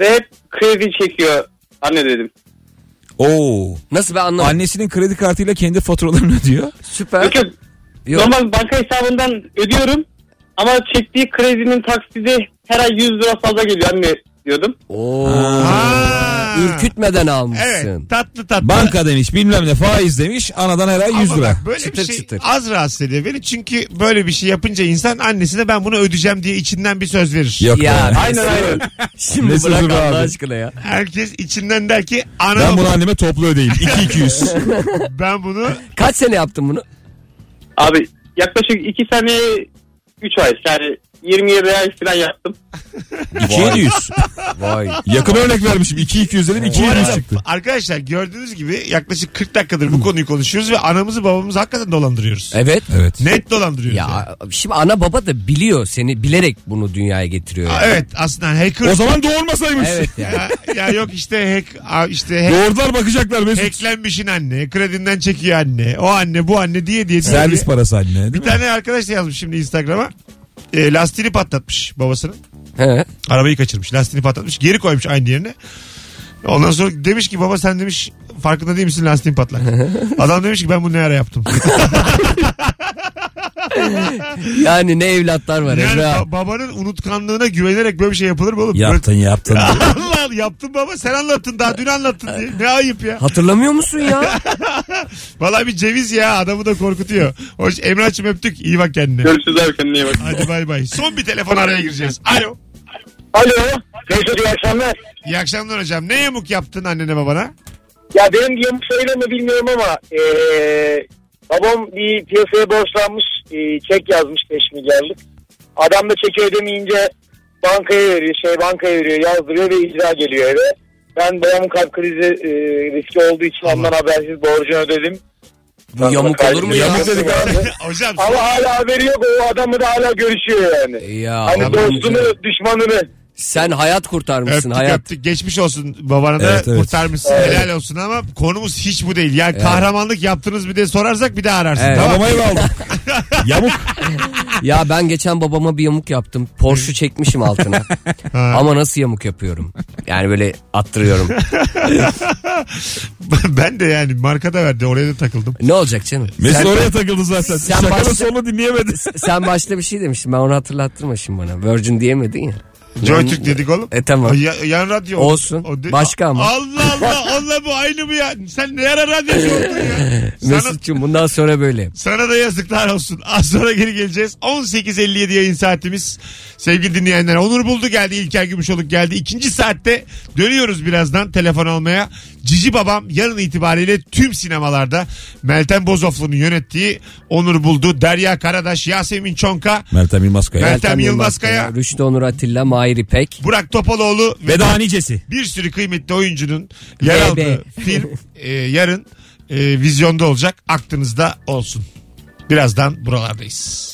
Ve hep kredi çekiyor anne dedim. Oo. Nasıl ben anlamadım. Annesinin kredi kartıyla kendi faturalarını ödüyor. Süper. Çünkü Yok. normal banka hesabından ödüyorum. Ama çektiği kredinin taksidi her ay 100 lira fazla geliyor anne diyordum. Oo. Aa. Ürkütmeden almışsın. Evet tatlı tatlı. Banka demiş bilmem ne faiz demiş anadan her ay 100 Ama lira. bak böyle bir Çıtır şey çıtır. az rahatsız ediyor beni. Çünkü böyle bir şey yapınca insan annesine ben bunu ödeyeceğim diye içinden bir söz verir. Yok Ya ya. aynen aynen. Şimdi Ne bırak sözü be Allah abi? aşkına ya. Herkes içinden der ki ana Ben ben bunu bunu, anneme toplu ödeyeyim. 2200. Kaç sene yaptın bunu? Abi yaklaşık 2 sene 3 ay yani 27 ay falan yaptım. 2700. Vay. Yakın örnek vermişim. 2200 dedim Bu arada 2700 çıktı. arkadaşlar gördüğünüz gibi yaklaşık 40 dakikadır bu konuyu konuşuyoruz ve anamızı babamızı hakikaten dolandırıyoruz. Evet. Evet. Net dolandırıyoruz. yani. Ya şimdi ana baba da biliyor seni bilerek bunu dünyaya getiriyor. Aa, yani. Evet aslında hacker. O zaman doğurmasaymış. Evet yani. ya, ya yok işte hack a- işte hack, Doğurdular bakacaklar Mesut. hacklenmişin anne. Kredinden çekiyor anne. O anne bu anne diye diye. diye. Servis parası anne. Değil Bir mi? tane arkadaş da yazmış şimdi Instagram'a. E, lastiğini patlatmış babasının. He. Arabayı kaçırmış. Lastiğini patlatmış. Geri koymuş aynı yerine. Ondan sonra demiş ki baba sen demiş farkında değil misin lastiğin patlak. Adam demiş ki ben bunu ne ara yaptım. Yani ne evlatlar var yani Emre abi. ba- babanın unutkanlığına güvenerek böyle bir şey yapılır mı oğlum? Yaptın yaptın. Böyle- Allah Allah, yaptım baba sen anlattın daha dün anlattın diye. Ne ayıp ya. Hatırlamıyor musun ya? Vallahi bir ceviz ya adamı da korkutuyor. Hoş Emrah'cığım öptük iyi bak kendine. Görüşürüz abi kendine iyi bak. Hadi bay bay. Son bir telefon araya gireceğiz. Alo. Alo. Mesut iyi akşamlar. İyi akşamlar hocam. Ne yamuk yaptın annene babana? Ya benim diyem söyle mi bilmiyorum ama eee, babam bir piyasaya borçlanmış eee, çek yazmış 5 milyarlık. Adam da çeki ödemeyince bankaya veriyor şey bankaya veriyor yazdırıyor ve icra geliyor eve. Ben babamın kalp krizi eee, riski olduğu için ondan habersiz borcunu ödedim. Bu yamuk olur mu ya? Yamuk dedik abi. hocam Ama hala haberi yok o adamı da hala görüşüyor yani. Ya Hani Allah'ım ya. dostunu düşmanını. Sen hayat kurtarmışsın Öptük hayat. öptük. Geçmiş olsun babana da Evet, evet. kurtarmışsın. Helal olsun ama konumuz hiç bu değil. Yani kahramanlık yaptınız bir de sorarsak bir de ararsın. Evet. Tamam. Babama ev aldım. Yamuk. Ya ben geçen babama bir yamuk yaptım. Porsche çekmişim altına. Ama nasıl yamuk yapıyorum? Yani böyle attırıyorum. ben de yani markada verdi oraya da takıldım. Ne olacak canım? Mesut sen, oraya takıldı zaten. Sen Şakanın başta- sonunu dinleyemedin. sen başta bir şey demiştin. Ben onu hatırlattırma şimdi bana. Virgin diyemedin ya. Joytürk dedik oğlum. E tamam. Ya- yan radyo. Olsun. Başka ama. Allah Allah. Allah bu aynı mı ya? Sen ne ara radyocu oldun ya? Sana, Mesut'cum bundan sonra böyle. sana da yazıklar olsun. Az sonra geri geleceğiz. 18.57 yayın saatimiz. Sevgili dinleyenler Onur Buldu geldi. İlker Gümüşoluk geldi. İkinci saatte dönüyoruz birazdan telefon almaya. Cici Babam yarın itibariyle tüm sinemalarda Meltem Bozoflu'nun yönettiği Onur Buldu. Derya Karadaş, Yasemin Çonka, Meltem Yılmaz Kaya. Meltem Yılmaz Kaya. Rüştü Onur Atilla, Mahir İpek. Burak Topaloğlu ve Veda Nicesi. bir sürü kıymetli oyuncunun yer BB. aldığı film e, yarın e, vizyonda olacak. Aklınızda olsun. Birazdan buralardayız.